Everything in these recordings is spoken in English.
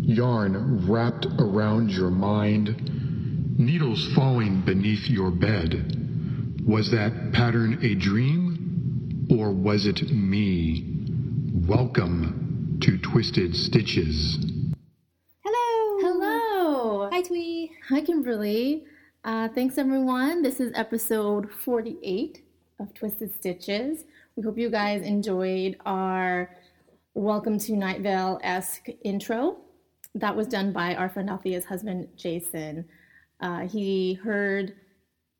yarn wrapped around your mind, needles falling beneath your bed. Was that pattern a dream, or was it me? Welcome to Twisted Stitches. Hello. Hello. Hi, Twee. Hi, Kimberly. Uh, thanks, everyone. This is episode 48 of Twisted Stitches. We hope you guys enjoyed our Welcome to Night Vale esque intro. That was done by our friend Althea's husband, Jason. Uh, he heard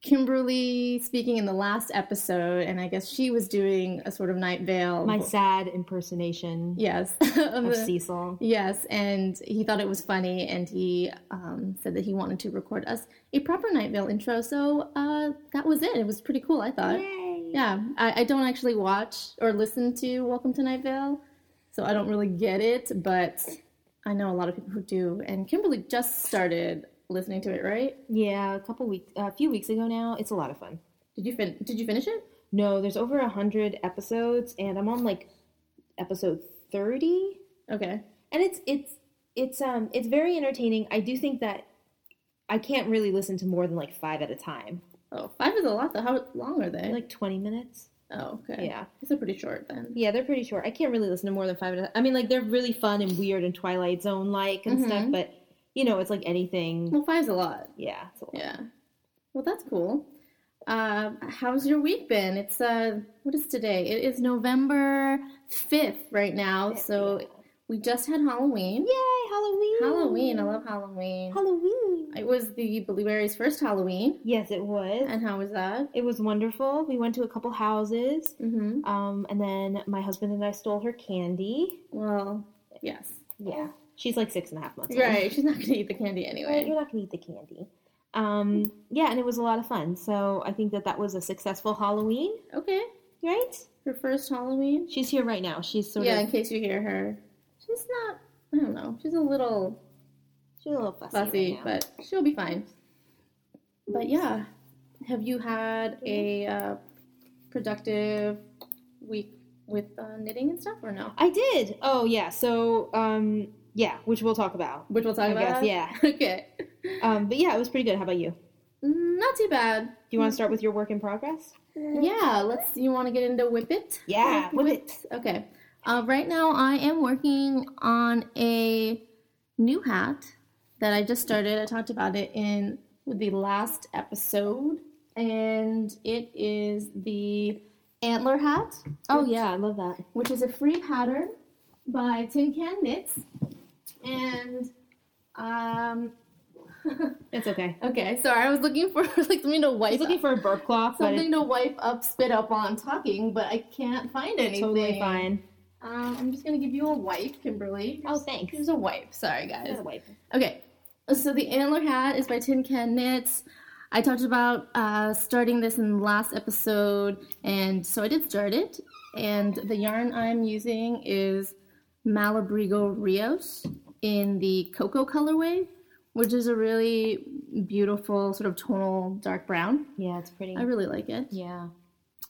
Kimberly speaking in the last episode, and I guess she was doing a sort of Night Vale. My sad impersonation yes. of of the- Cecil. Yes, and he thought it was funny, and he um, said that he wanted to record us a proper Night Vale intro. So uh, that was it. It was pretty cool, I thought. Yay. Yeah, I, I don't actually watch or listen to Welcome to Night Vale, so I don't really get it, but I know a lot of people who do. And Kimberly just started listening to it, right? Yeah, a couple weeks, a few weeks ago now. It's a lot of fun. Did you fin- Did you finish it? No, there's over a hundred episodes, and I'm on like episode thirty, Okay. and it's it's it's um it's very entertaining. I do think that I can't really listen to more than like five at a time, Oh, five is a lot. Though. How long are they? like twenty minutes. oh, okay. Yeah, these are pretty short then. yeah, they're pretty short. I can't really listen to more than five. At a, I mean, like they're really fun and weird and Twilight Zone like and stuff, Mhm. but you know, it's like anything. Well, five's a lot. Yeah, it's a lot. Yeah. Well, that's cool. Uh, how's your week been? It's uh, what is today? It is November fifth right now. So we just had Halloween. Yay, Halloween! Halloween. I love Halloween. Halloween. It was the Blueberries' first Halloween. Yes, it was. And how was that? it was wonderful. We went to a couple houses, Mm-hmm. um, and then my husband and I stole her candy. Well, yes. Yeah, she's like six and a half months. old. Oh. Right. She's not gonna eat the candy Right, anyway. You're not gonna eat the candy. Um, yeah, and it was a lot of fun. So I think that that was a successful Halloween, Okay. right? Her first Halloween. She's here right now. She's sort yeah. of In case you hear her, she's not. I don't know. She's a little she's a little fussy, fussy, right now. but she'll be fine. But yeah, have you had a uh, productive week with uh, knitting and stuff, or no? I did. Oh yeah. So um, yeah, which we'll talk about. Which we'll talk I about. guess, yeah. okay. Um, but yeah, it was pretty good. How about you? Do Not too bad. you want to start with your work in progress? Yeah. Let's. You want to get into whip it? Yeah, whip it. Okay. Uh, right now, I am working on a new hat that I just started. I talked about it in the last episode, and it is the antler hat. Oh yeah, I love that. which is a free pattern by Tin Can Knits. And um, It's okay. okay, sorry, I was looking for like something to I was wipe looking for a burp cloth, but something it's to wipe up, spit up while I'm talking, but I can't find anything. totally fine. Um, I'm just gonna give you a wipe, Kimberly. Oh, thanks. Here's a wipe. Sorry, guys. Gotta wipe. Okay, so the antler hat is by Tin Can Knits. I talked about uh, starting this in the last episode, and so I did start it. And the yarn I'm using is Malabrigo Rios in the cocoa colorway, which is a really beautiful sort of tonal dark brown. Yeah, it's pretty. I really like it. Yeah.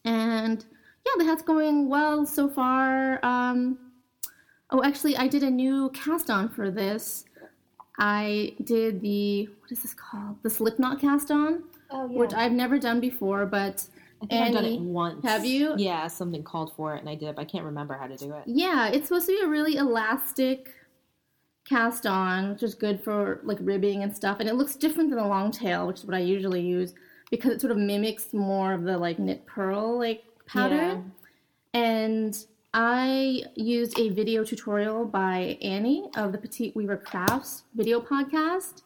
And yeah, the hat's going well so far. Um, oh, actually, I did a new cast on for this. I did the what is this called? The slip knot cast on, Oh yeah. which I've never done before, but I think I've done it Annie, once. have you? Yeah, something called for it, and I did it. But I can't remember how to do it. yeah, it's supposed to be a really elastic cast on, which is good for like ribbing and stuff. And it looks different than the long tail, which is what I usually use because it sort of mimics more of the like knit pearl like pattern. And I used a video tutorial by Annie of the Petite Weaver Crafts video podcast.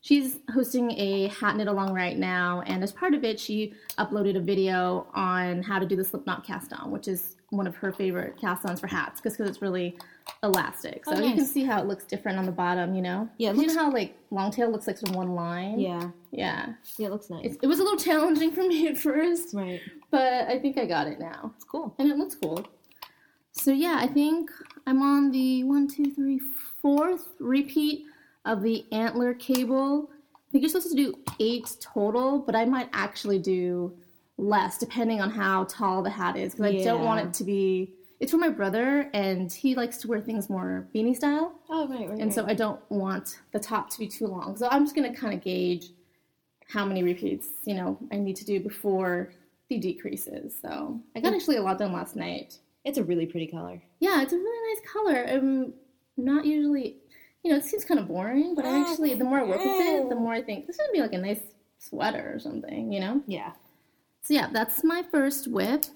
She's hosting a hat knit along right now, and as part of it, she uploaded a video on how to do the slip knot cast on, which is one of her favorite cast ons for hats, just because it's really elastic. So Oh, you can nice. see how it looks different on the bottom, you know? Yeah, it 'Cause looks- you know how like long tail looks like sort of one line. Yeah. yeah. Yeah, it looks nice. It's, it was a little challenging for me at first, right. but I think I got it now It's cool. and it looks cool. So yeah, I think I'm on the one, two, three, fourth repeat of the antler cable. I think you're supposed to do eight total, but I might actually do less depending on how tall the hat is because I don't want Yeah. it to be. It's for my brother, and he likes to wear things more beanie style, Oh right, right. and so right. I don't want the top to be too long. So I'm just gonna kind of gauge how many repeats you know I need to do before the decreases. So I got actually a lot done last night. it's a really pretty color. Yeah, it's a really nice color. I'm not usually, you know, it seems kind of boring, but I actually, the more I work with it, the more I think this would be like a nice sweater or something, you know? Yeah. So, yeah, that's my first whip.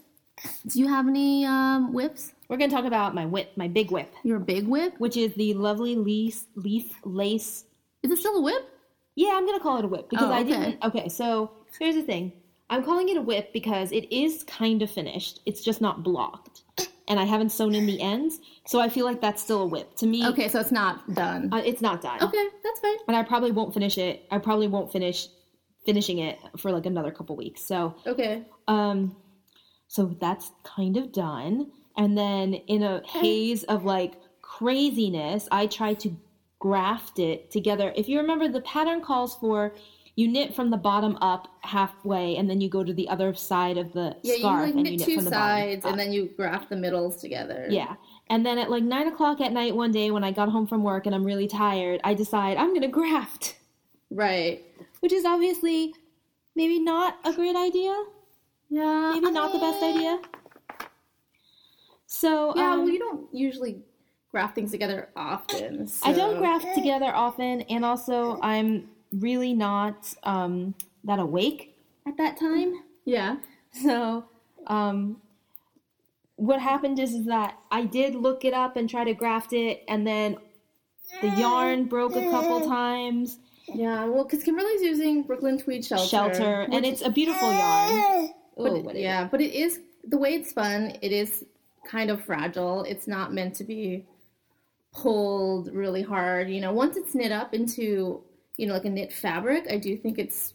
Do you have any um, whips? We're gonna talk about my whip, my big whip, Your big whip? which is the lovely leaf leaf lace Is it still a whip? Yeah, I'm gonna call it a whip because Oh, I okay. didn't. Okay, so here's the thing. I'm calling it a whip because it is kind of finished. It's just not blocked, and I haven't sewn in the ends, so I feel like that's still a whip to me. Okay, so it's not done. uh, it's not done, Okay, that's fine. and I probably won't finish it. I probably won't finish finishing it for like another couple weeks. So, Okay. um, so that's kind of done. And then in a haze of like craziness, I try to graft it together. If you remember, the pattern calls for you knit from the bottom up halfway, and then you go to the other side of the Yeah, scarf you like and you knit knit two from the bottom sides up. and then you graft the middles together. Yeah. And then at like nine o'clock at night one day when I got home from work and I'm really tired, I decide I'm gonna graft, Right. which is obviously maybe not a great idea, Yeah. maybe not the best idea. So Yeah, um, we don't usually graft things together often. I don't so- graft together often, and also I'm really not um, that awake at that time. Yeah. So, um, what happened is, is that I did look it up and try to graft it, and then the yarn broke a couple times. Yeah, well, because Kimberly's using Brooklyn Tweed Shelter. Shelter, and it's a beautiful yarn. But, Oh, what is yeah, but it is the way it's spun. It is kind of fragile. It's not meant to be pulled really hard. You know, once it's knit up into you know like a knit fabric, I do think it's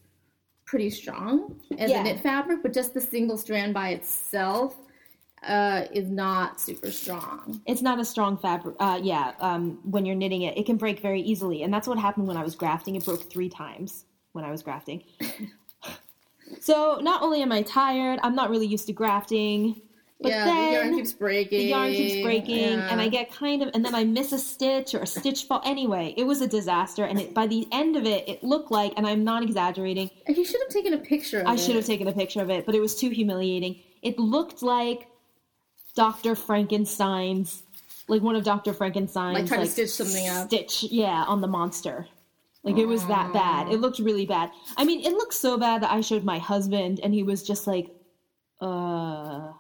pretty strong as Yeah. a knit fabric. But just the single strand by itself uh, is not super strong. it's not a strong fabric. Uh, yeah, um, when you're knitting it, it can break very easily, and that's what happened when I was grafting. It broke three times when I was grafting. so not only am I tired, I'm not really used to grafting, but yeah, then the yarn keeps breaking. the yarn keeps breaking, and I get kind of, and then I miss a stitch or a stitch fall. Anyway, it was a disaster, and it, by the end of it, it looked like, and I'm not exaggerating, And You should have taken a picture. of I it. should have taken a picture of it, but it was too humiliating. It looked like Dr. Frankenstein's, like one of Dr. Frankenstein's, Like trying to stitch something up. Stitch, yeah, on the monster. Like it was that bad. It looked really bad. I mean, it looked so bad that I showed my husband, and he was just like, "Uh,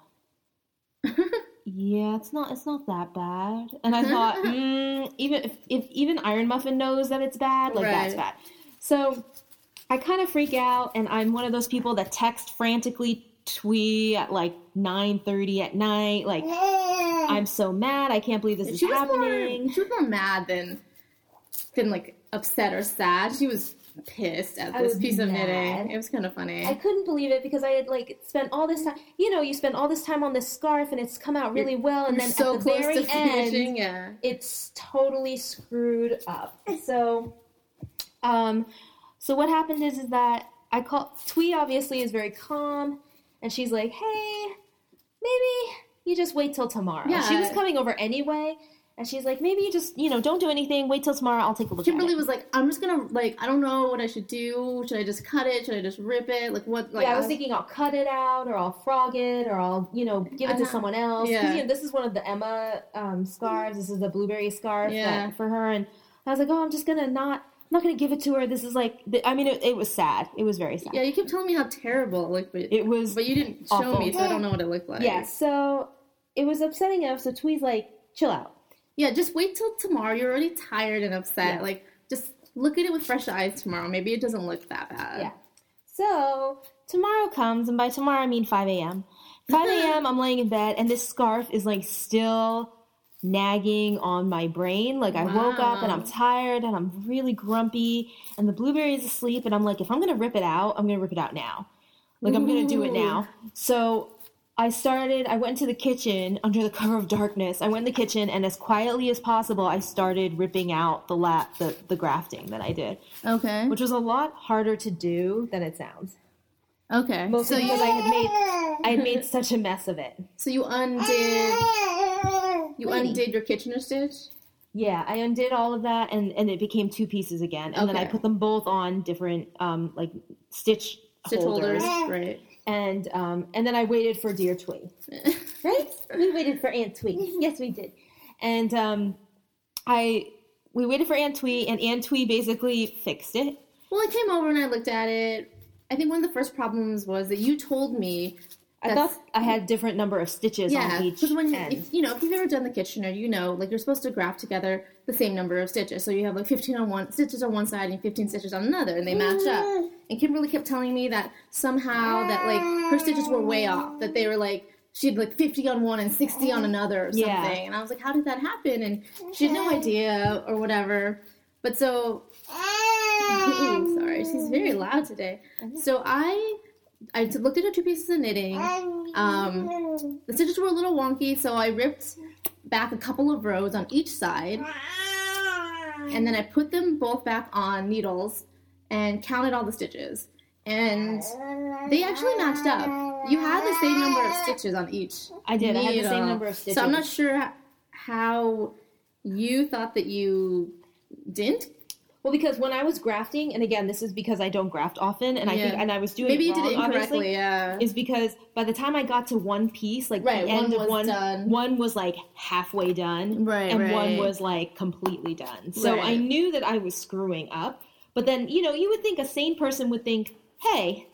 yeah, it's not, it's not that bad." And I Mm-hmm. thought, mm, even if, if even Iron Muffin knows that it's bad, like that's bad. Right. So I kind of freak out, and I'm one of those people that text frantically twee at like 9:30 at night. Like I'm so mad. I can't believe this is she was happening. more she was more mad than than like upset or sad. She was pissed at I this was piece of mad. knitting. It was kind of funny. I couldn't believe it because I had like spent all this time. You know, you spend all this time on this scarf, and it's come out really well, and You're then so at the close very to end, finishing, yeah. it's totally screwed up. So, um, so what happened is is that I call Twee obviously is very calm, and she's like, "Hey, maybe you just wait till tomorrow." Yeah. She was coming over anyway, and she's like, "Maybe you just you know don't do anything. Wait till tomorrow. I'll take a look." at Kimberly it. was like, "I'm just gonna like, I don't know what I should do. Should I just cut it? Should I just rip it? Like what? Like yeah, I was thinking I'll cut it out or I'll frog it or I'll, you know, give it to Uh-huh. someone else. 'Cause, Yeah. you know, this is one of the Emma um, scarves. This is the blueberry scarf that- Yeah. for her. And I was like, oh, I'm just going to not, I'm not going to give it to her. This is like, th- I mean, it, it was sad. It was very sad. yeah, you kept telling me how terrible. Like, but, It was, but you didn't awful. show me, so I don't know what it looked like. yeah, so it was upsetting enough. So Twee's like, chill out. yeah. Just wait till tomorrow. You're already tired and upset. Yeah. Like, just look at it with fresh eyes tomorrow. Maybe it doesn't look that bad. Yeah. So tomorrow comes, and by tomorrow I mean 5 a.m. 5 a.m. I'm laying in bed, and this scarf is like still nagging on my brain. Like I woke up and I'm tired and I'm really grumpy, and the blueberry's asleep, and I'm like, if I'm gonna rip it out, I'm gonna rip it out now. Like I'm gonna do it now. So I started. I went to the kitchen under the cover of darkness. I went in the kitchen, and as quietly as possible, I started ripping out the la- the, the grafting that I did Okay. which was a lot harder to do than it sounds. Okay. mostly so you because I had made I had made such a mess of it. so you undid you undid your Kitchener stitch. Yeah, I undid all of that and and it became two pieces again. And then I Okay. put them both on different um like stitch, Stitch holders. holders, right? And um and then I waited for dear Twee. right? We waited for Aunt Twee. Yes, we did. And um I we waited for Aunt Twee and Aunt Twee basically fixed it. Well, I came over and I looked at it. I think one of the first problems was that you told me I That's- thought I had different number of stitches Yeah, on each because when end. if, you know if you've ever done the Kitchener, you know like you're supposed to graph together the same number of stitches. So you have like 15 on one stitches on one side and 15 stitches on another, and they match Mm. up. And Kimberly kept telling me that somehow that like her stitches were way off. That they were like she had like 50 on one and 60 on another or something. Mm. Yeah. And I was like, how did that happen? And she had no idea or whatever. But so Ooh, sorry, she's very loud today. So I I t- looked at her two pieces of knitting. Um, the stitches were a little wonky, so I ripped back a couple of rows on each side, and then I put them both back on needles and counted all the stitches. And they actually matched up. You had the same number of stitches on each. I did. I had the same needle. number of stitches. uh, So I'm not sure h- how you thought that you didn't Well, because when I was grafting, and again, this is because I don't graft often, and I think, Yeah. and I was doing Maybe it you did wrong, it incorrectly. obviously, Yeah. Is because by the time I got to one piece, like Right, the one end of was one, done. one was like halfway done, Right, and one right. was like completely done. So I Right. knew that I was screwing up. But then, you know, you would think a sane person would think, "Hey,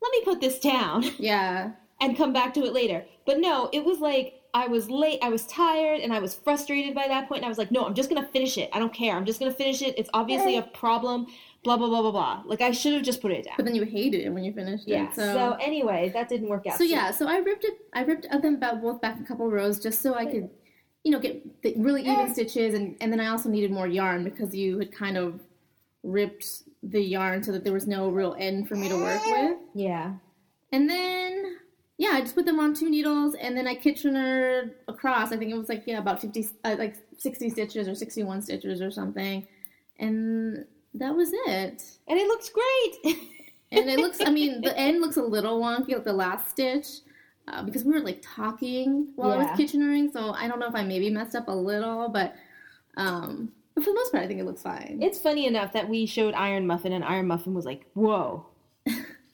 let me put this down." Yeah. and come back to it later. But no, it was like I was late, I was tired, and I was frustrated by that point. And I was like, no, I'm just gonna finish it. I don't care. I'm just gonna finish it. It's obviously a problem. Blah blah blah blah blah. Like I should have just put it But down. then you hated it when you finished Yeah. it. So, So, anyway, that didn't work out. so yeah, so I ripped it I ripped them about both back a couple rows just so I could, you know, get the really even stitches and, and then I also needed more yarn because you had kind of ripped the yarn so that there was no real end for me to work with. Yeah. And then yeah, I just put them on two needles and then I kitchenered across. I think it was like yeah, about 50 uh, like 60 stitches or 61 stitches or something. And that was it. And it looks great. and it looks i mean the end looks a little wonky like the last stitch uh, because we were like talking while i Yeah. was kitchenering so i don't know if i maybe messed up a little but um but for the most part i think it looks fine it's funny enough that we showed Iron Muffin, and Iron Muffin was like, "Whoa,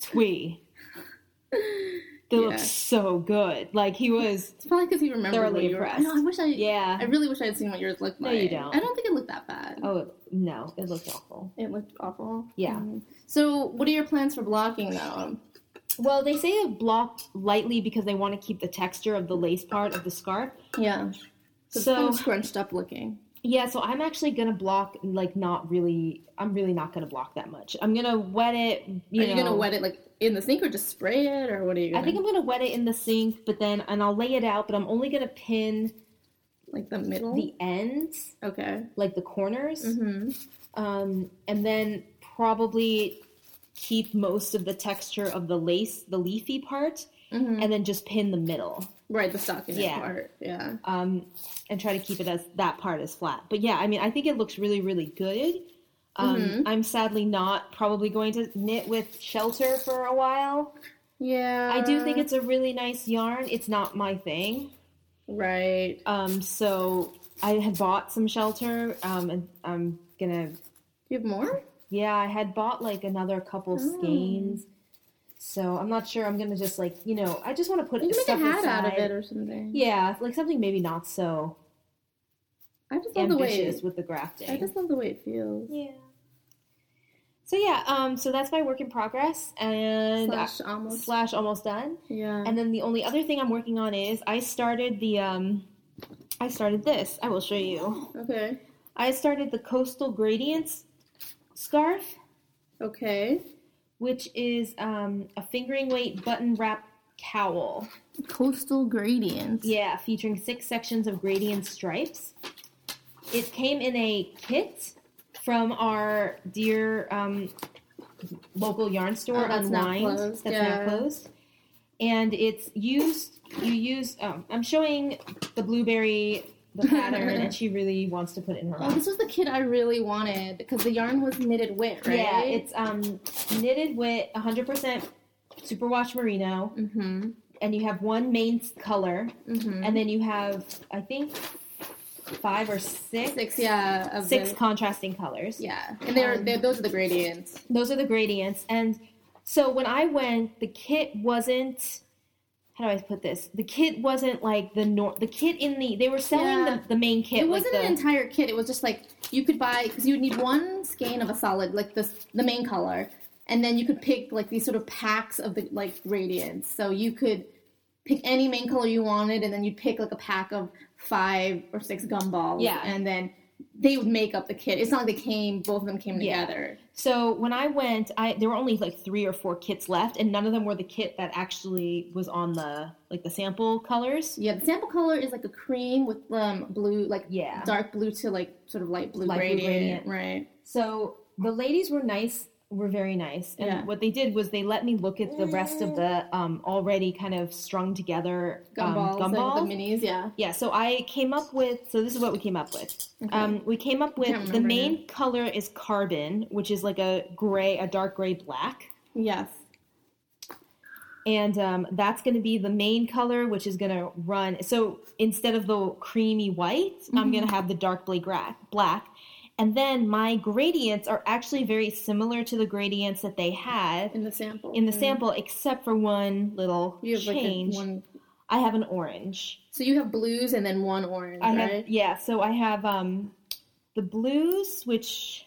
twee." They Yeah. look so good. Like he was. it's probably because he remembered Thoroughly what you were- impressed. no i wish i Yeah. i really wish i had seen what yours looked No, like you don't. i don't think it looked that bad Oh no, it looked awful. it looked awful Yeah. Mm. so what are your plans for blocking though Well, they say to block lightly because they want to keep the texture of the lace part of the scarf. yeah so, it's So- kind of scrunched up looking Yeah, so I'm actually gonna block like not really. I'm really not gonna block that much. I'm gonna wet it. You are you know, gonna wet it like in the sink or just spray it or what are you I gonna think I'm gonna wet it in the sink, but then and I'll lay it out. But I'm only gonna pin like the middle the ends, okay like the corners, mm-hmm um, and then probably keep most of the texture of the lace, the leafy part, mm-hmm and then just pin the middle. Right, the stockinette Yeah. part. Yeah. um, and try to keep it as that part as flat. But yeah, I mean, I think it looks really, really good. Um, Mhm. I'm sadly not probably going to knit with shelter for a while. Yeah. I do think it's a really nice yarn. It's not my thing. right. Um, so I had bought some shelter, um, and I'm gonna, You have more? yeah, I had bought like another couple Oh. skeins. So I'm not sure. I'm gonna just like you know, I just want to put You can make stuff a hat out of aside. it or something. Yeah, like something maybe not so I just love the way ambitious it, with the grafting. I just love the way it feels. Yeah. So yeah, um, so that's my work in progress and slash, Slash almost. slash almost done. yeah. And then the only other thing I'm working on is I started the um, I started this. I will show you. okay. I started the coastal gradients scarf, Okay. which is um, a fingering weight button wrap cowl. Coastal gradient. Yeah, featuring six sections of gradient stripes. It came in a kit from our dear um, local yarn store, Oh, that's not Unwind. closed, that's yeah. not closed. And it's used. You use. Um, I'm showing the blueberry the pattern, and she really wants to put it in her Oh, mouth. this was the kit I really wanted because the yarn was knitted wit, right? Yeah, it's um, knitted with 100% superwash merino, Mm-hmm. and you have one main s- color, Mm-hmm. and then you have I think five or six Six, yeah, of six the- contrasting colors. yeah, and they're, Um, they're those are the gradients. Those are the gradients, and so when I went, the kit wasn't. How do I put this? The kit wasn't like the nor- the kit in the they were selling Yeah. the, the main kit. It like wasn't the- an entire kit. It was just like you could buy because you would need one skein of a solid, like the the main color, and then you could pick like these sort of packs of the like gradients. So you could pick any main color you wanted, and then you'd pick like a pack of five or six gumballs. Yeah. and then they would make up the kit. It's not like they came; both of them came Yeah. together. So when I went, I there were only like three or four kits left, and none of them were the kit that actually was on the like the sample colors. Yeah, the sample color is like a cream with um blue, like Yeah. dark blue to like sort of light blue Light blue gradient, right? So the ladies were nice, were very nice, and Yeah. what they did was they let me look at the rest of the um, already kind of strung together um, Gumballs, gumballs. Like, the minis, yeah. yeah, so I came up with. So this is what we came up with. Um, we came up can't with the remember main color is carbon, which is like a gray, a dark gray black. Yes. and um, that's going to be the main color which is going to run so instead of the creamy white i'm going to Mm-hmm. have the dark bla- gra- black and then my gradients are actually very similar to the gradients that they had In the sample. in the sample except for one little Mm-hmm. You have like a, change one. i have an orange So you have blues and then one orange, i have right? yeah so i have um the blues which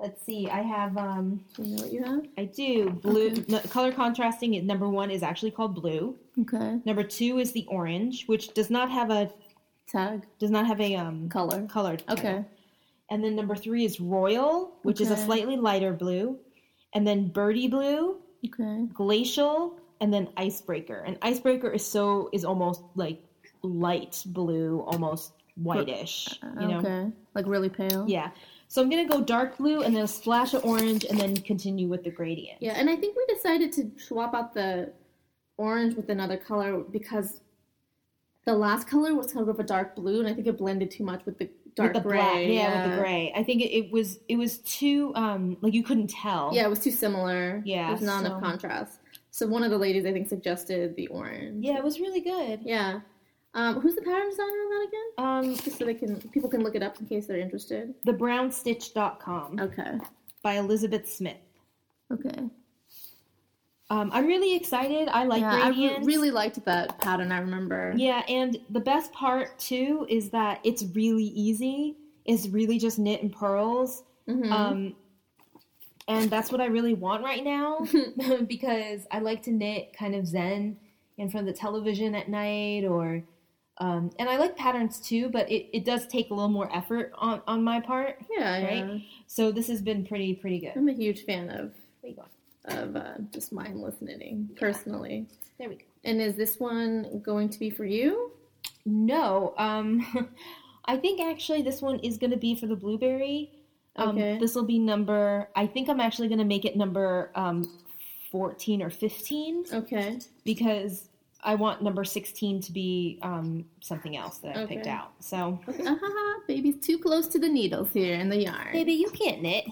let's see i have um Do you know what you have? i do blue no, color contrasting is- number one is actually called blue Okay. Number two is the orange, which does not have a Tag does not have a um color. colored. Okay. And then number three is royal, which is a Okay. slightly lighter blue, and then birdie blue, Okay. glacial, and then icebreaker. And icebreaker is so is almost like light blue, almost whitish. You know. Okay. Like really pale. Yeah. So I'm gonna go dark blue and then a splash of orange, and then continue with the gradient. Yeah, and I think we decided to swap out the orange with another color because the last color was sort of a dark blue, and I think it blended too much with the dark with the gray. black, yeah, with the gray. I think it, it was it was too um like you couldn't tell. Yeah, it was too similar. Yeah, There's not enough so- contrast. So one of the ladies, I think, suggested the orange. Yeah, it was really good. Yeah. Um, who's the pattern designer on that again? Um, Just so they can people can look it up in case they're interested. thebrownstitch.com Okay. by Elizabeth Smith. Okay. Um, I'm really excited. I like yeah, I re- gradients. really liked that pattern. I remember. yeah, and the best part too is that it's really easy. It's really just knit and pearls. Mhm. Um, and that's what I really want right now because I like to knit kind of zen in front of the television at night or um, and I like patterns too, but it, it does take a little more effort on, on my part. yeah, right? yeah. So this has been pretty pretty good. I'm a huge fan of There you go. of uh, just mindless knitting personally. There we go. And is this one going to be for you? No, um, I think actually this one is going to be for the blueberry. Um, Okay. This will be number. I think I'm actually going to make it number um, fourteen or fifteen Okay. because I want number sixteen to be um, something else that I picked Okay. out. So, okay. Ah, baby's too close to the needles here in the yarn. baby, you can't knit.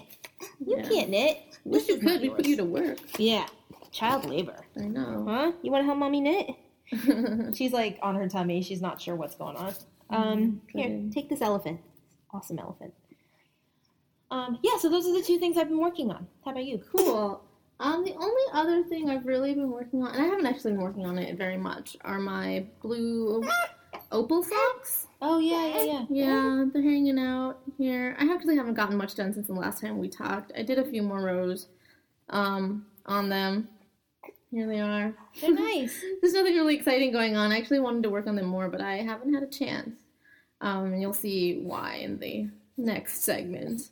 You Yeah. can't knit. Wish you is not could. We put yours. you to work. Yeah, child labor. I know. Huh? You want to help mommy knit? She's like on her tummy. She's not sure what's going on. Um, here, Mm-hmm. good. take this elephant. Awesome elephant. Um, yeah, so those are the two things I've been working on. How about you? cool. Um, the only other thing I've really been working on, and I haven't actually been working on it very much, are my blue opal socks. Oh yeah, yeah, yeah. Yeah, they're hanging out here. I actually haven't gotten much done since the last time we talked. I did a few more rows um, on them. Here they are. They're nice. There's nothing really exciting going on. I actually wanted to work on them more, but I haven't had a chance. Um, and you'll see why in the next segment.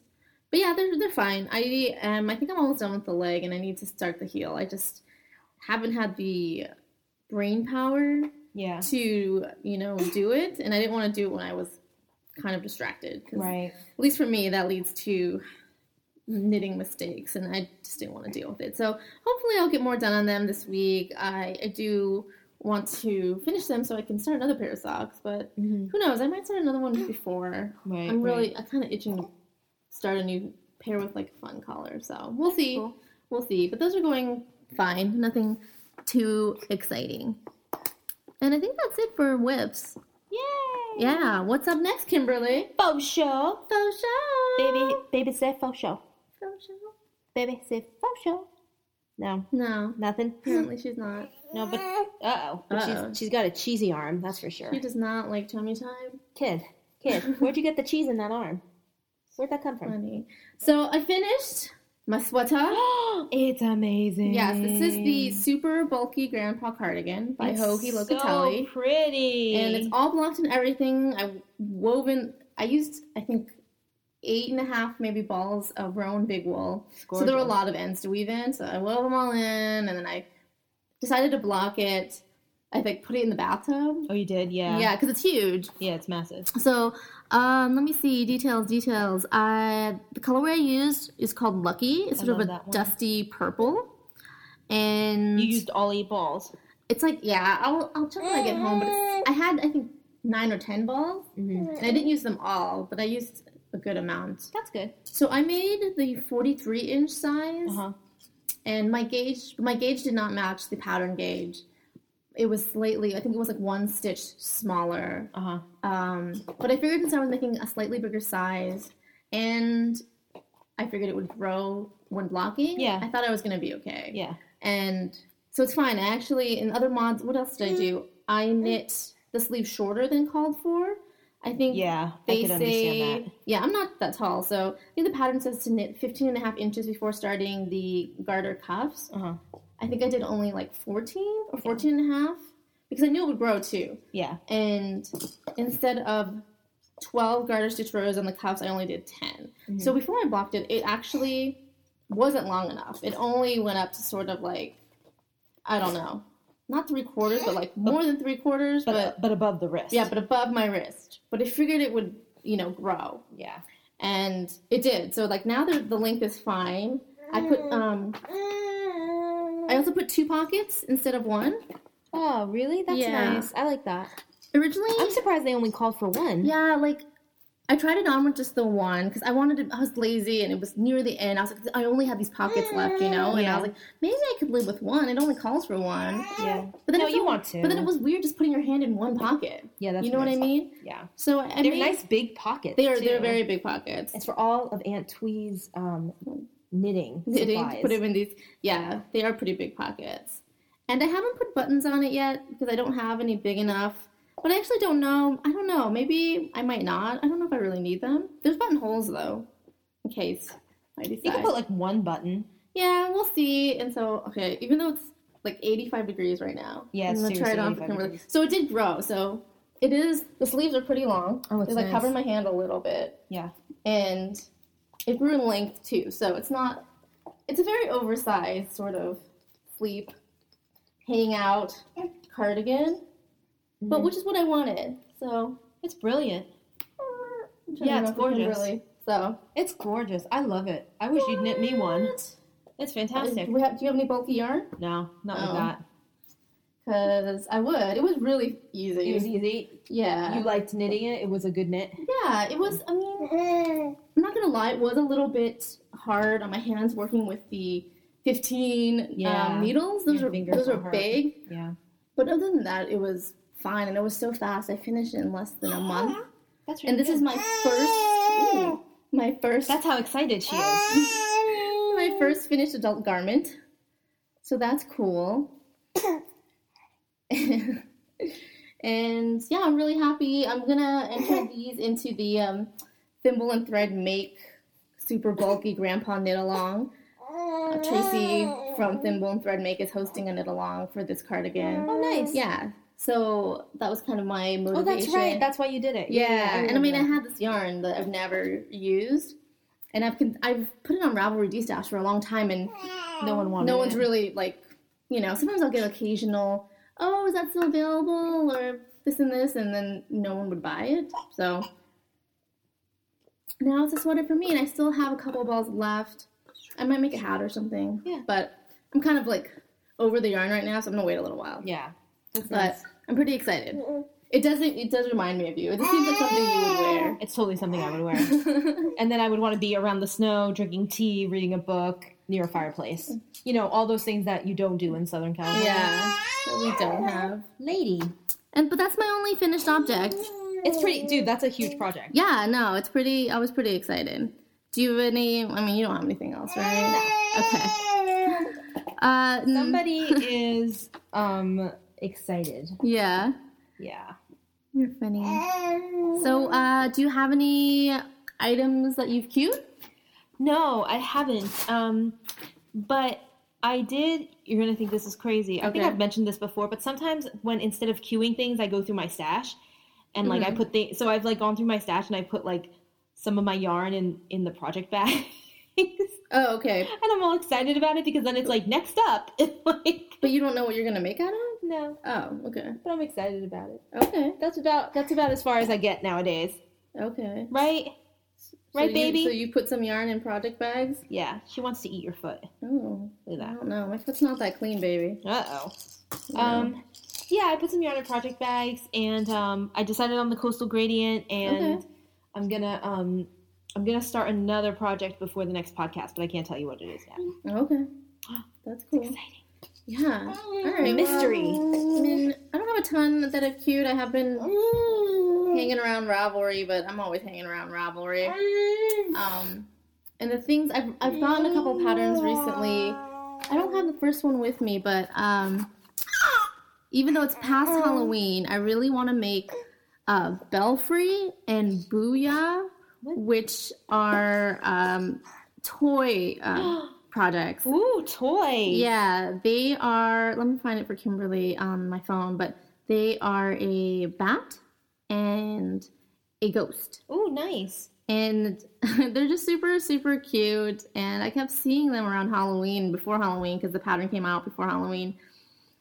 But yeah, they're they're fine. I um I think I'm almost done with the leg, and I need to start the heel. I just haven't had the brain power Yeah. to you know do it, and I didn't want to do it when I was kind of distracted. 'cause Right. at least for me, that leads to knitting mistakes, and I just didn't want to deal with it. So hopefully, I'll get more done on them this week. I, I do want to finish them so I can start another pair of socks, but Mhm. who knows? I might start another one before. Right. Mm-hmm. I'm right. really, I'm kind of itching to start a new pair with like a fun color, so we'll see. Cool. We'll see. But those are going fine. Nothing too exciting. And I think that's it for whips. Yay! Yeah. What's up next, Kimberly? Faux show. Faux show. Baby, baby say faux show. Faux show. Baby say faux show. No, No. nothing. Apparently she's not. No, but uh oh. But Uh-oh. she's she's got a cheesy arm, that's for sure. She does not like tummy time. Kid, kid, where'd you get the cheese in that arm? Where'd that come from? Funny. So I finished my sweater. it's amazing. Yes, this is the super bulky grandpa cardigan by It's Hoagie Locatelli. So pretty. and it's all blocked and everything. I woven, I used, I think, eight and a half maybe balls of rowan big wool. So there were a Gorgeous. lot of ends to weave in. So I wove them all in, and then I decided to block it. I think put it in the bathtub. Oh, you did? Yeah. Yeah, because it's huge. Yeah, it's massive. So um, let me see details. Details. I the colorway I used is called Lucky. It's I sort of love a that one. dusty purple, and You used all eight balls. it's like yeah. I'll I'll check when I get home. But it's, I had I think nine or ten balls, Mm-hmm. and I didn't use them all, but I used a good amount. That's good. So I made the forty-three inch size, Uh huh. and my gauge my gauge did not match the pattern gauge. It was slightly, I think it was like one stitch smaller Uh huh. um, but I figured since I was making a slightly bigger size, and I figured it would grow when blocking. Yeah. I thought I was gonna be okay. Yeah. And so it's fine. I actually in other mods, what else Mm-hmm. did I do? I knit the sleeve shorter than called for. I think Yeah. they I could say understand that. yeah i'm not that tall so i think the pattern says to knit 15 and a half inches before starting the garter cuffs Uh huh. i think i did only like 14 or 14 and a half because i knew it would grow too Yeah. and instead of 12 garter stitch rows on the cuffs i only did 10 Mm-hmm. so before i blocked it it actually wasn't long enough it only went up to sort of like i don't know not three quarters but like more than three quarters But, but but above the wrist. yeah but above my wrist but i figured it would you know grow yeah. and it did so like now the, the length is fine i put um i also put two pockets instead of one Oh, really? That's Yeah. nice. I like that. originally I'm surprised they only called for one. Yeah, like I tried it on with just the one because I wanted to. I was lazy and it was near the end. I was like, I only have these pockets left, you know. And I Yeah. was like, maybe I could live with one. It only calls for one. Yeah. But then No, it's you all- want to. But then it was weird just putting your hand in one pocket. Yeah, that's you know what I nice. mean. Yeah. So I They're made- nice big pockets. They are. too. They're very big pockets. It's for all of Aunt Twee's um, knitting. They didn't supplies. put them in these. Yeah, they are pretty big pockets. And I haven't put buttons on it yet because I don't have any big enough. But I actually don't know. I don't know. Maybe I might not. I don't know if I really need them. There's buttonholes though, in case I decide. You can put like one button. yeah, we'll see. And so, okay, even though it's like 85 degrees right now, Yeah, I'm gonna seriously, try it on for 85 Kimberly. degrees. So it did grow. So it is. The sleeves are pretty long. Oh, it's they like nice. cover my hand a little bit Yeah. and it grew in length too. So it's not, it's a very oversized sort of sleep, hang out cardigan, Mm-hmm. but which is what I wanted. So It's brilliant. I'm trying to Yeah, it's remember if I can gorgeous. Really, so uh, It's gorgeous. I love it. I wish you'd knit me one. It's fantastic. Do, we have, do you have any bulky yarn? No, not Oh. with that. Because I would. It was really easy. It was easy. yeah. You liked knitting it. It was a good knit. Yeah, it was. I mean, I'm not gonna lie, it was a little bit hard on my hands working with the 15 Yeah. um, needles. Those Your are fingers those are are hard. big, Yeah. but other than that, it was fine, and it was so fast. I finished it in less than a month, That's really and this is good. my first, ooh, my first, That's how excited she Oh, is. my first finished adult garment. So that's cool. and yeah, I'm really happy. I'm gonna enter these into the um, thimble and thread make super bulky grandpa knit along. Uh, Tracy from Thimble and Thread Make is hosting a knit along for this cardigan. Mm. Oh, nice. Yeah. So that was kind of my motivation. Oh, that's right. That's why you did it. yeah. and I mean, I remember. had this yarn that I've never used, and I've con- I've put it on Ravelry Destash for a long time, and no one wanted. no it. one's really like, you know. Sometimes I'll get occasional, oh, is that still available, or this and this, and then no one would buy it. So now it's a sweater for me, and I still have a couple balls left. I might make a hat or something. Yeah. But I'm kind of like over the yarn right now, so I'm gonna wait a little while Yeah. That's but nice. I'm pretty excited. It doesn't. It does remind me of you. It seems like something you would wear. It's totally something I would wear. and then I would want to be around the snow, drinking tea, reading a book, near a fireplace. You know, all those things that you don't do in Southern California. Yeah, that we don't have. Lady. And but that's my only finished object. It's pretty dude, that's a huge project. Yeah, no, it's pretty. I was pretty excited. Do you have any? I mean, you don't have anything else, right? Okay. Uh, Mm-hmm. n- Somebody is um excited. Yeah, Yeah. you're funny. So, uh, do you have any items that you've queued? No, I haven't. Um, but I did. You're gonna think this is crazy. I think Okay. I've mentioned this before, but sometimes when instead of queuing things, I go through my stash, and like I put things. So I've like gone through my stash and I put like some of my yarn in in the project bag, and Oh, okay. I'm all excited about it because then it's like next up. It's like But you don't know what you're gonna make out of. no, Oh, okay. but I'm excited about it. Okay. That's about that's about as far as I get nowadays, Okay. right? So Right, you- baby. So you put some yarn in project bags. Yeah, she wants to eat your foot. Oh, Look at I that. don't know. My foot's not that clean, baby. Uh oh. Um, yeah, I put some yarn in project bags, and um, I decided on the coastal gradient, and Okay. I'm gonna um, I'm gonna start another project before the next podcast, but I can't tell you what it is Mm. yet. Okay. That's cool. Exciting. Yeah. All right. Mystery. I mean, I don't have a ton that are cute. I have been hanging around Ravelry, but I'm always hanging around Ravelry. Um, and the things I've I've gotten a couple patterns recently. I don't have the first one with me, but um, even though it's past Halloween, I really want to make uh, Belfry and Booyah, which are um, toy uh, projects. Ooh, toy. Yeah, they are. Let me find it for Kimberly on my phone, but they are a bat and a ghost. Ooh, nice. And they're just super, super cute. And I kept seeing them around Halloween, before Halloween, because the pattern came out before Halloween.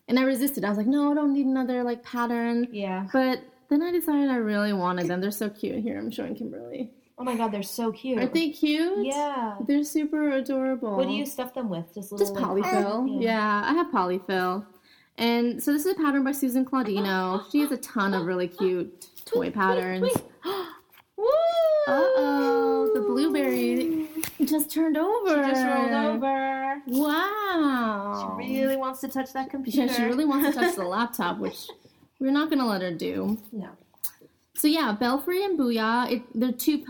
And I resisted. I was like, no, I don't need another like pattern. Yeah. But then I decided I really wanted them. They're so cute. Here, I'm showing Kimberly. Oh my God, they're so cute. Aren't they cute? Yeah. They're super adorable. What do you stuff them with? Just little Just like- polyfill. Yeah. Yeah. I have polyfill. And so this is a pattern by Susan Claudino. She has a ton of really cute toy patterns. Woo! Uh oh, the blueberry just turned over. She just rolled over. Wow. Really wants to touch that computer. yeah, she really wants to touch the laptop, which we're not gonna let her do. No. So yeah, Belfry and Booyah, it, they're two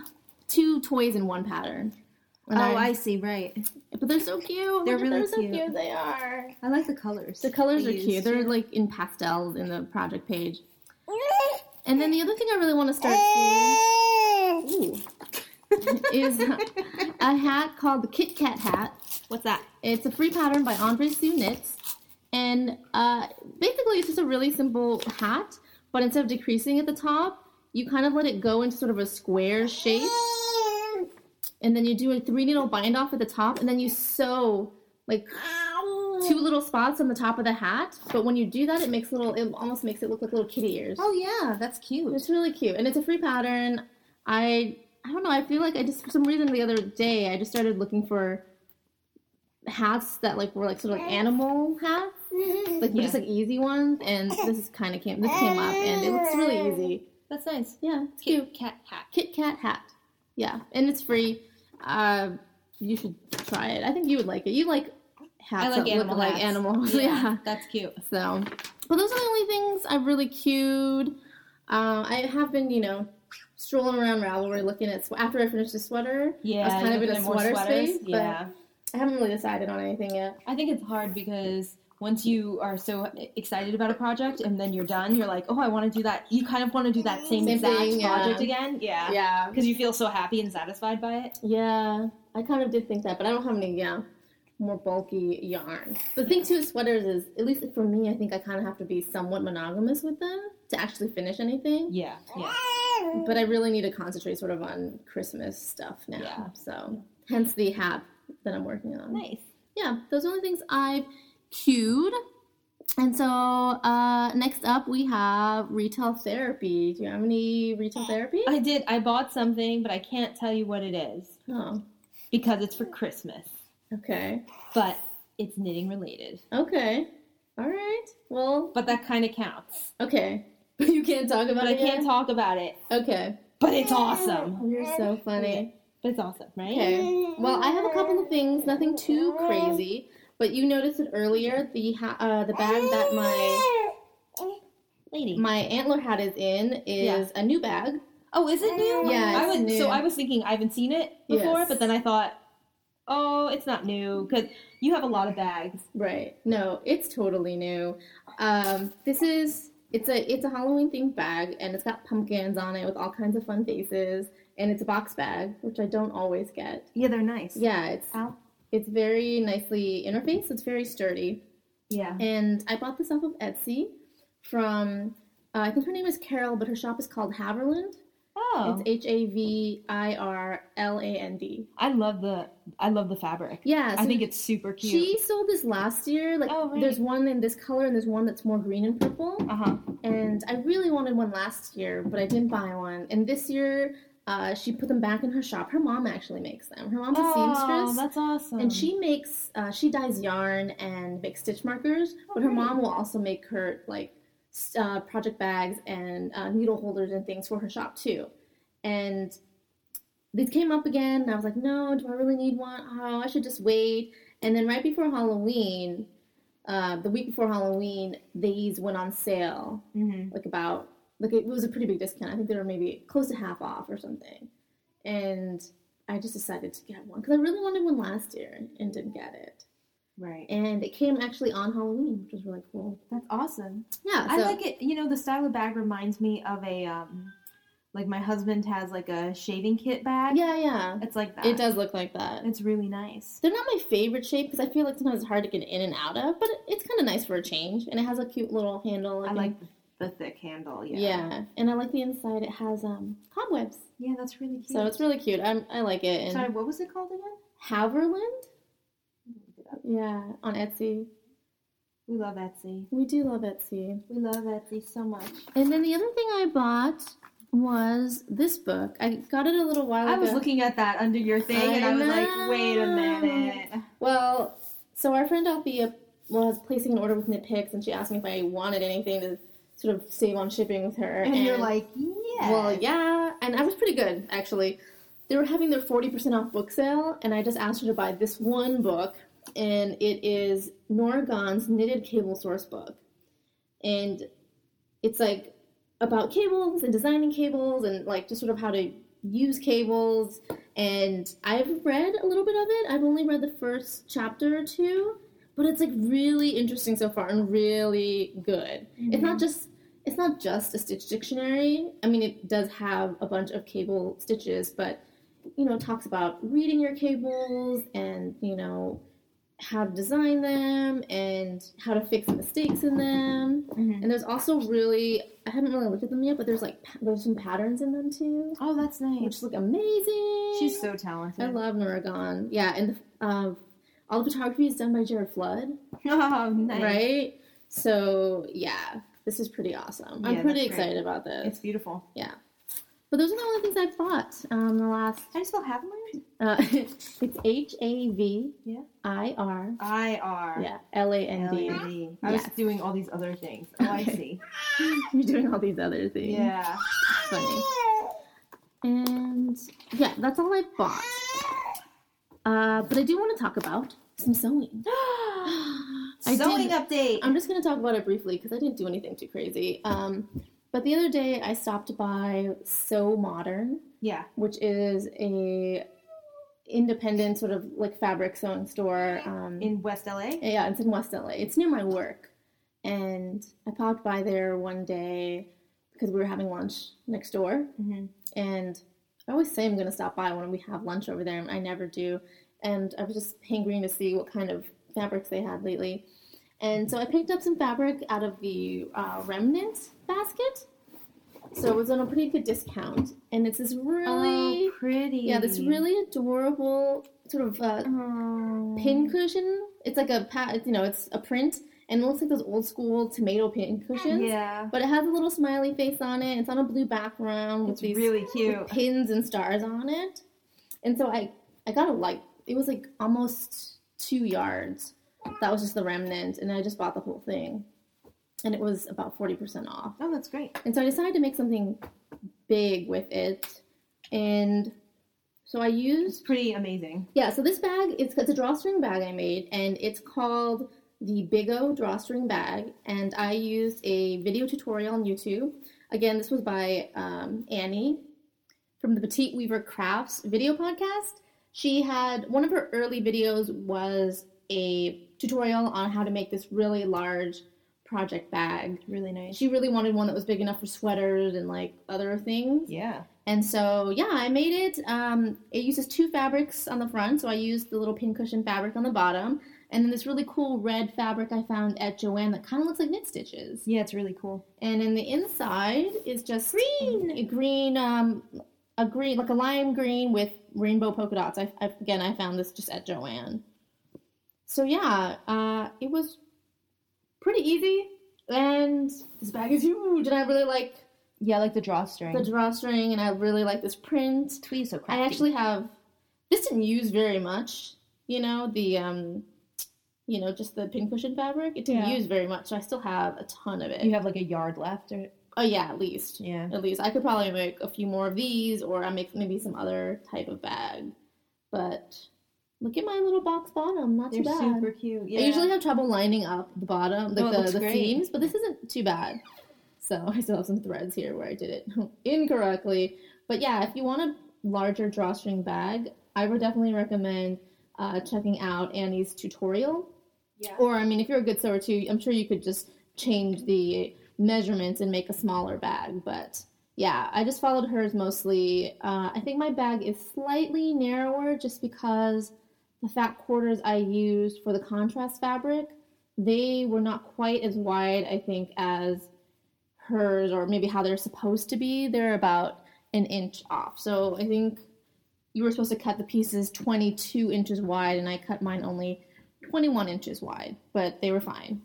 two toys in one pattern. And see. Right. But they're so cute. They're Look at- really they're cute. so cute. They are. I like the colors. The colors are cute. They're like in pastels in the project page. And then the other thing I really want to start seeing is a hat called the Kit Kat hat. What's that? It's a free pattern by Andre Sue Knits. And uh, basically, it's just a really simple hat, but instead of decreasing at the top, you kind of let it go into sort of a square shape. And then you do a three needle bind off at the top, and then you sew like two little spots on the top of the hat. But when you do that, it makes little, it almost makes it look like little kitty ears. Oh yeah, that's cute. It's really cute, and it's a free pattern. I I don't know. I feel like I just for some reason the other day I just started looking for hats that like were like sort of like animal hats, like Yeah. just like easy ones. And this is kind of came this came up, and it looks really easy. That's nice. Yeah, it's cute. Cat hat, Kit Kat hat. Yeah, and it's free. Uh, you should try it. I think you would like it. You like hats I like that animal look like hats. animals. yeah. that's cute. So, but those are the only things I've really queued. Um, I have been, you know, strolling around Ravelry looking at. Sw- after I finished the sweater, Yeah, I was kind of in looking a at more sweater sweaters. space. Yeah, But I haven't really decided on anything yet. I think it's hard because once you are so excited about a project and then you're done, you're like, oh, I want to do that. You kind of want to do that same, Same exact thing, yeah. project again. Yeah. Yeah, Because you feel so happy and satisfied by it. yeah. I kind of did think that, but I don't have any. Yeah. More bulky yarn. The thing too with sweaters is, at least for me, I think I kind of have to be somewhat monogamous with them to actually finish anything. Yeah. Yeah. But I really need to concentrate sort of on Christmas stuff now. Yeah. So, hence the hat that I'm working on. Nice. yeah, those are the things I've queued. And so uh, next up we have retail therapy. Do you have any retail therapy? I did. I bought something, but I can't tell you what it is Oh, because it's for Christmas, okay, but it's knitting related. okay, all right. Well, But that kind of counts. okay. You can't talk about But I it. can't talk about it. Talk- okay, But it's awesome. you're so funny. But it's awesome, right? Okay. Well, I have a couple of things, nothing too crazy. But you noticed it earlier, the ha- uh, the bag that my Lady. my antler hat is in is a new bag. oh, is it new? Yeah, I it's would, new. So I was thinking I haven't seen it before, Yes. but then I thought, oh, it's not new because you have a lot of bags. Right. No, it's totally new. Um, this is it's a it's a Halloween themed bag, and it's got pumpkins on it with all kinds of fun faces, and it's a box bag, which I don't always get. Yeah, they're nice. Yeah, it's Ow. it's very nicely interfaced. It's very sturdy, Yeah. and I bought this off of Etsy from uh, I think her name is Carol, but her shop is called Haverland. Oh, It's H A V I R L A N D. I love the I love the fabric. Yeah, I so think it's super cute. She sold this last year. Like, Oh, right. there's one in this color, and there's one that's more green and purple. uh huh. and I really wanted one last year, but I didn't buy one. And this year, uh, she put them back in her shop. Her mom actually makes them. Her mom's a Oh, seamstress, that's awesome. and she makes uh, she dyes yarn and makes stitch markers. but her Oh, great. mom will also make her like s- uh, project bags and uh, needle holders and things for her shop too. And these came up again, and I was like, no, do I really need one? Oh, I should just wait. And then right before Halloween. Uh, the week before Halloween, these went on sale Mhm. like about like it was a pretty big discount. I think they were maybe close to half off or something. And I just decided to get one because I really wanted one last year and didn't get it. Right. And it came actually on Halloween, which was really cool. That's awesome. Yeah, I so- like it. You know, the style of bag reminds me of a um, like my husband has like a shaving kit bag. Yeah, yeah, it's like that. it does look like that. It's really nice. They're not my favorite shape because I feel like sometimes it's hard to get in and out of, but it- it's kind of nice for a change. And it has a cute little handle. I can- like the thick handle. Yeah. yeah, and I like the inside. It has um cobwebs, Yeah, that's really cute. so it's really cute. I'm, I like it. And Sorry, what was it called again? Haverland, yeah, on Etsy. We love Etsy. We do love Etsy. We love Etsy so much. And then the other thing I bought was this book. I got it a little while I ago. was looking at that under your thing, I and I was know. like, wait a minute. Well, so our friend Althea was placing an order with Nitpicks, and she asked me if I wanted anything to sort of save on shipping with her. And, you're like, yeah. well, yeah. And I was pretty good, actually. They were having their 40% off book sale, and I just asked her to buy this one book, and it is Noragon's Knitted Cable Source Book. And it's like about cables and designing cables and like just sort of how to use cables. And I've read a little bit of it. I've only read the first chapter or two, but it's like really interesting so far and really good. It's Mm-hmm. not just it's not just a stitch dictionary. I mean, it does have a bunch of cable stitches, but you know, it talks about reading your cables and you know how to design them and how to fix mistakes in them. Mhm. And there's also really I haven't really looked at them yet, but there's like pa- there's some patterns in them too, Oh, that's which nice. look amazing. She's so talented. I love Noragon. Yeah, and uh, all the photography is done by Jared Flood. Oh, nice. Right? So, yeah, this is pretty awesome. I'm Yeah, pretty that's great. excited about this. It's beautiful. yeah. But those are the only things I've bought um, the last. How do you spell Haviland? Uh, it's H A V Yeah. I R I R. yeah, L A N D. L-A-D. I was Yes. doing all these other things. Oh, I Okay. see. You're doing all these other things. Yeah. It's funny. And yeah, that's all I've bought. Uh, but I do want to talk about some sewing. I Sewing did- update. I'm just going to talk about it briefly because I didn't do anything too crazy. Um, but the other day I stopped by So Modern, yeah. which is a independent sort of like fabric sewing store. Um, In West LA. yeah, it's in West LA. It's near my work, and I popped by there one day because we were having lunch next door, Mm-hmm. and I always say I'm going to stop by when we have lunch over there, and I never do. And I was just hankering to see what kind of fabrics they had lately. And so I picked up some fabric out of the uh, remnant basket. So it was on a pretty good discount. And it's this really, Oh, pretty. yeah, this really adorable sort of uh, Oh. pin cushion. It's like a, pa- you know, it's a print, and it looks like those old school tomato pin cushions. Yeah. But it has a little smiley face on it. It's on a blue background with It's these really cute. with pins and stars on it. And so I I got a like it was like almost two yards. That was just the remnant, and I just bought the whole thing. And it was about forty percent off. Oh, that's great. And so I decided to make something big with it. And So I used It's pretty amazing. yeah. So this bag it's it's a drawstring bag I made, and it's called the Big O drawstring bag. And I used a video tutorial on YouTube. Again, this was by um, Annie from the Petite Weaver Crafts video podcast. She had one of her early videos was a tutorial on how to make this really large project bag. Really nice. She really wanted one that was big enough for sweaters and like other things. Yeah. And so, yeah, I made it. Um, it uses two fabrics on the front, so I used the little pincushion fabric on the bottom, and then this really cool red fabric I found at Joanne that kind of looks like knit stitches. Yeah, it's really cool. And then the inside is just green, a green, um, a green like a lime green with rainbow polka dots. I, I again, I found this just at Joanne. So yeah, uh, it was pretty easy, and this bag is huge, and I really like Yeah, I like the drawstring. the drawstring, and I really like this print. tweed so crafty. I actually have this didn't use very much. You know the um, you know just the pincushion fabric. It didn't Yeah. use very much, so I still have a ton of it. you have like a yard left, or oh yeah, at least yeah, at least I could probably make a few more of these, or I make maybe some other type of bag. But look at my little box bottom. Not they're too bad. super cute. Yeah. I usually have trouble lining up the bottom, No, like it the, looks the Oh, great. seams, but this isn't too bad. So I still have some threads here where I did it incorrectly. But yeah, if you want a larger drawstring bag, I would definitely recommend uh, checking out Annie's tutorial. Yeah. Or, I mean, if you're a good sewer too, I'm sure you could just change the measurements and make a smaller bag. But yeah, I just followed hers mostly. Uh, I think my bag is slightly narrower just because the fat quarters I used for the contrast fabric, they were not quite as wide, I think, as hers or maybe how they're supposed to be. They're about an inch off. So I think you were supposed to cut the pieces 22 inches wide, and I cut mine only 21 inches wide, but they were fine.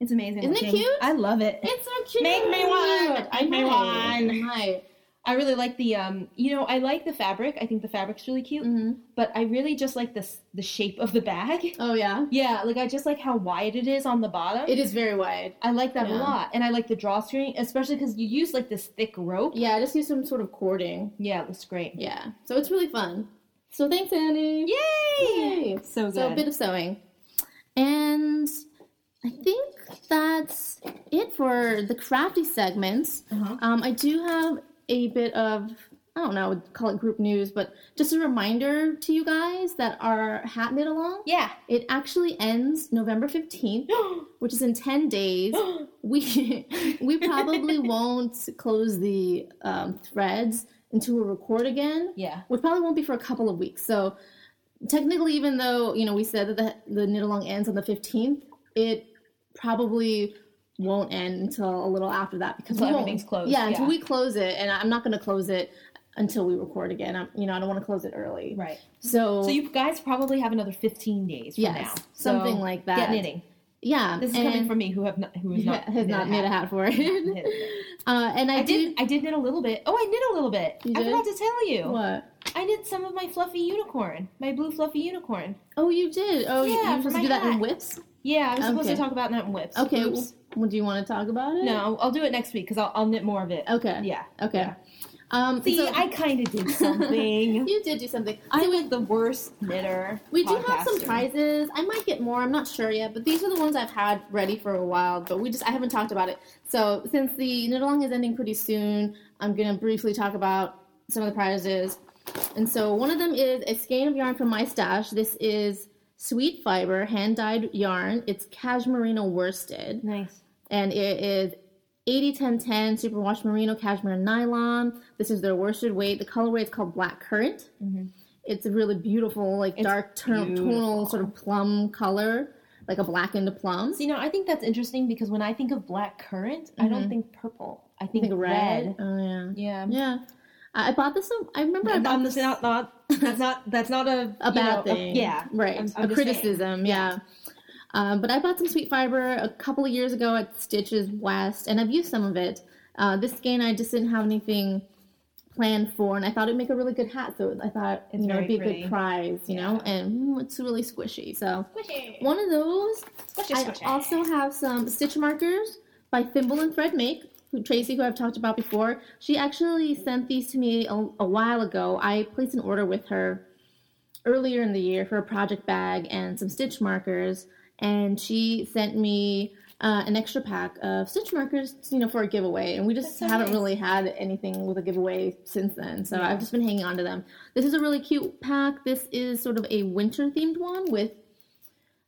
it's amazing. Isn't it looking. cute? I love it. It's so cute. Make me one. I Make me might. I one. might. I really like the um. You know, I like the fabric. I think the fabric's really cute. Mhm. But I really just like this the shape of the bag. Oh yeah, Yeah, like I just like how wide it is on the bottom. it is very wide. I like that a Yeah. lot, and I like the drawstring, especially because you use like this thick rope. Yeah, I just use some sort of cording. Yeah, it looks great. Yeah, so it's really fun. So thanks, Annie. Yay! Yay. So good. So a bit of sewing. And I think that's it for the crafty segments. Uh-huh. Um, I do have a bit of, I don't know, I would call it group news, but just a reminder to you guys that our hat knit along, yeah. it actually ends November 15th, which is in 10 days. we, we probably won't close the um, threads until we record again yeah. which probably won't be for a couple of weeks. So technically, even though you know we said that the, the knit along ends on the fifteenth, it probably won't end until a little after that because Until we won't- everything's closed, Yeah, until yeah. we close it, and I'm not going to close it until we record again. I'm, you know, I don't want to close it early. Right. So, So you guys probably have another 15 days from Yes, now. something So like that. Get knitting. yeah, This is coming from me, who have not, who has not, has not knit a hat for it. uh, and I, I did. did. I did knit a little bit. Oh, I knit a little bit. You I did? forgot to tell you. What? I knit some of my fluffy unicorn, my blue fluffy unicorn. Oh, you did. Oh, you- Yeah, you, for were supposed to my do that in hat. whips. Yeah, I was supposed to Okay. talk about that in whips. Okay. Oops. Well, do you want to talk about it? No, I'll do it next week because I'll, I'll knit more of it. Okay. Yeah. Okay. Yeah. Um, See, so- I kind of did something. you did do something. I So we- was the worst knitter. We do have some podcaster. prizes. I might get more. I'm not sure yet, but these are the ones I've had ready for a while. But we just I haven't talked about it. So since the knit along is ending pretty soon, I'm gonna briefly talk about some of the prizes. And so one of them is a skein of yarn from my stash. This is sweet fiber hand dyed yarn. It's cashmerino worsted Nice. and it is 80 10 10 superwash merino cashmere nylon. This is their worsted weight. The colorway is called black currant. It's a really beautiful, like dark tur- tonal sort of plum color, like a black into plum. See, now I think that's interesting because when I think of black currant, I don't think purple. I think, Like red. Mm-hmm. red. Oh Yeah. yeah, yeah. I I bought this. I remember I And bought I'm this just not, not that's not that's not a a you bad know, a- thing. yeah, right. I'm- A I'm just saying. criticism. Yeah. Um, but I bought some sweet fiber a couple of years ago at Stitches West, and I've used some of it. Uh, this skein I just didn't have anything planned for, and I thought it'd make a really good hat. So I thought It's you know very it'd be a pretty. good prize, you know, and mm, it's really squishy. So one of those. I also have some stitch markers by Thimble and Threadmake. who Tracy, who I've talked about before, she actually sent these to me a, a while ago. I placed an order with her earlier in the year for a project bag and some stitch markers, and she sent me uh, an extra pack of stitch markers, you know, for a giveaway. And we just That's so haven't nice. really had anything with a giveaway since then, so I've just been hanging on to them. This is a really cute pack. This is sort of a winter themed one with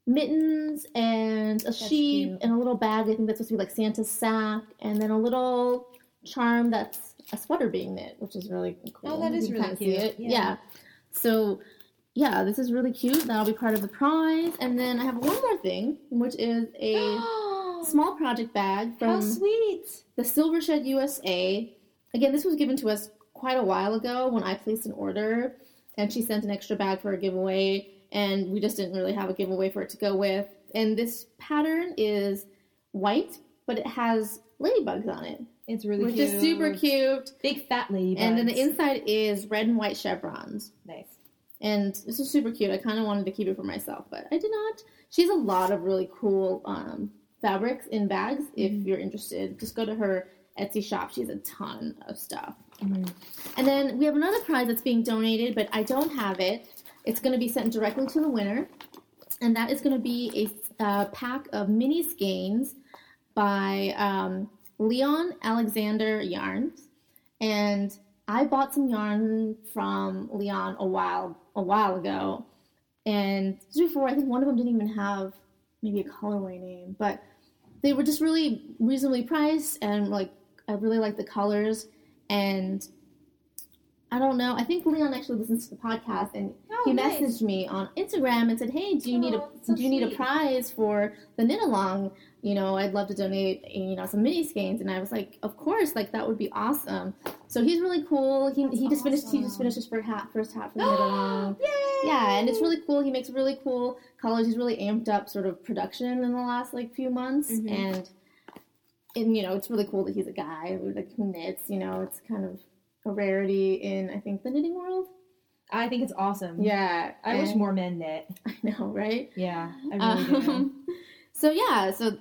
mittens and a sheep cute. and a little bag. I think that's supposed to be like Santa's sack, and then a little charm that's a sweater being knit, which is really cool. Oh, that is You can really kinda cute. See it. Yeah. Yeah. So, yeah, this is really cute. That'll be part of the prize. And then I have one more thing, which is a small project bag How from sweet! the Silver Shed USA. Again, this was given to us quite a while ago when I placed an order, and she sent an extra bag for a giveaway, and we just didn't really have a giveaway for it to go with. And this pattern is white, but it has ladybugs on it, It's really which cute. is super cute. Big fat lady. And then the inside is red and white chevrons. nice. And this is super cute. I kind of wanted to keep it for myself, but I did not. She has a lot of really cool um, fabrics in bags. If you're interested, just go to her Etsy shop. She has a ton of stuff. And then we have another prize that's being donated, but I don't have it. It's going to be sent directly to the winner, and that is going to be a uh, pack of mini skeins by um, Leon Alexander Yarns and I bought some yarn from Leon a while a while ago, and this was before I think one of them didn't even have maybe a colorway name, but they were just really reasonably priced, and like I really like the colors, and I don't know. I think Leon actually listens to the podcast, and Oh, he nice. messaged me on Instagram and said, "Hey, do you need a Aw, that's so do you need a sweet. prize for the knit along?" you know, I'd love to donate, you know, some mini skeins. And I was like, of course, like that would be awesome. So he's really cool. He, he just finished he just awesome. finished his first half first half of the Yay! along. Yeah, and it's really cool. He makes really cool colors. He's really amped up sort of production in the last like few months, Mhm. and and you know, it's really cool that he's a guy who like who knits. You know, it's kind of a rarity in I think the knitting world. I think it's awesome. Mm-hmm. Yeah, I wish and- more men knit. Uh, I know, right? Yeah, I really do. Um, So yeah, so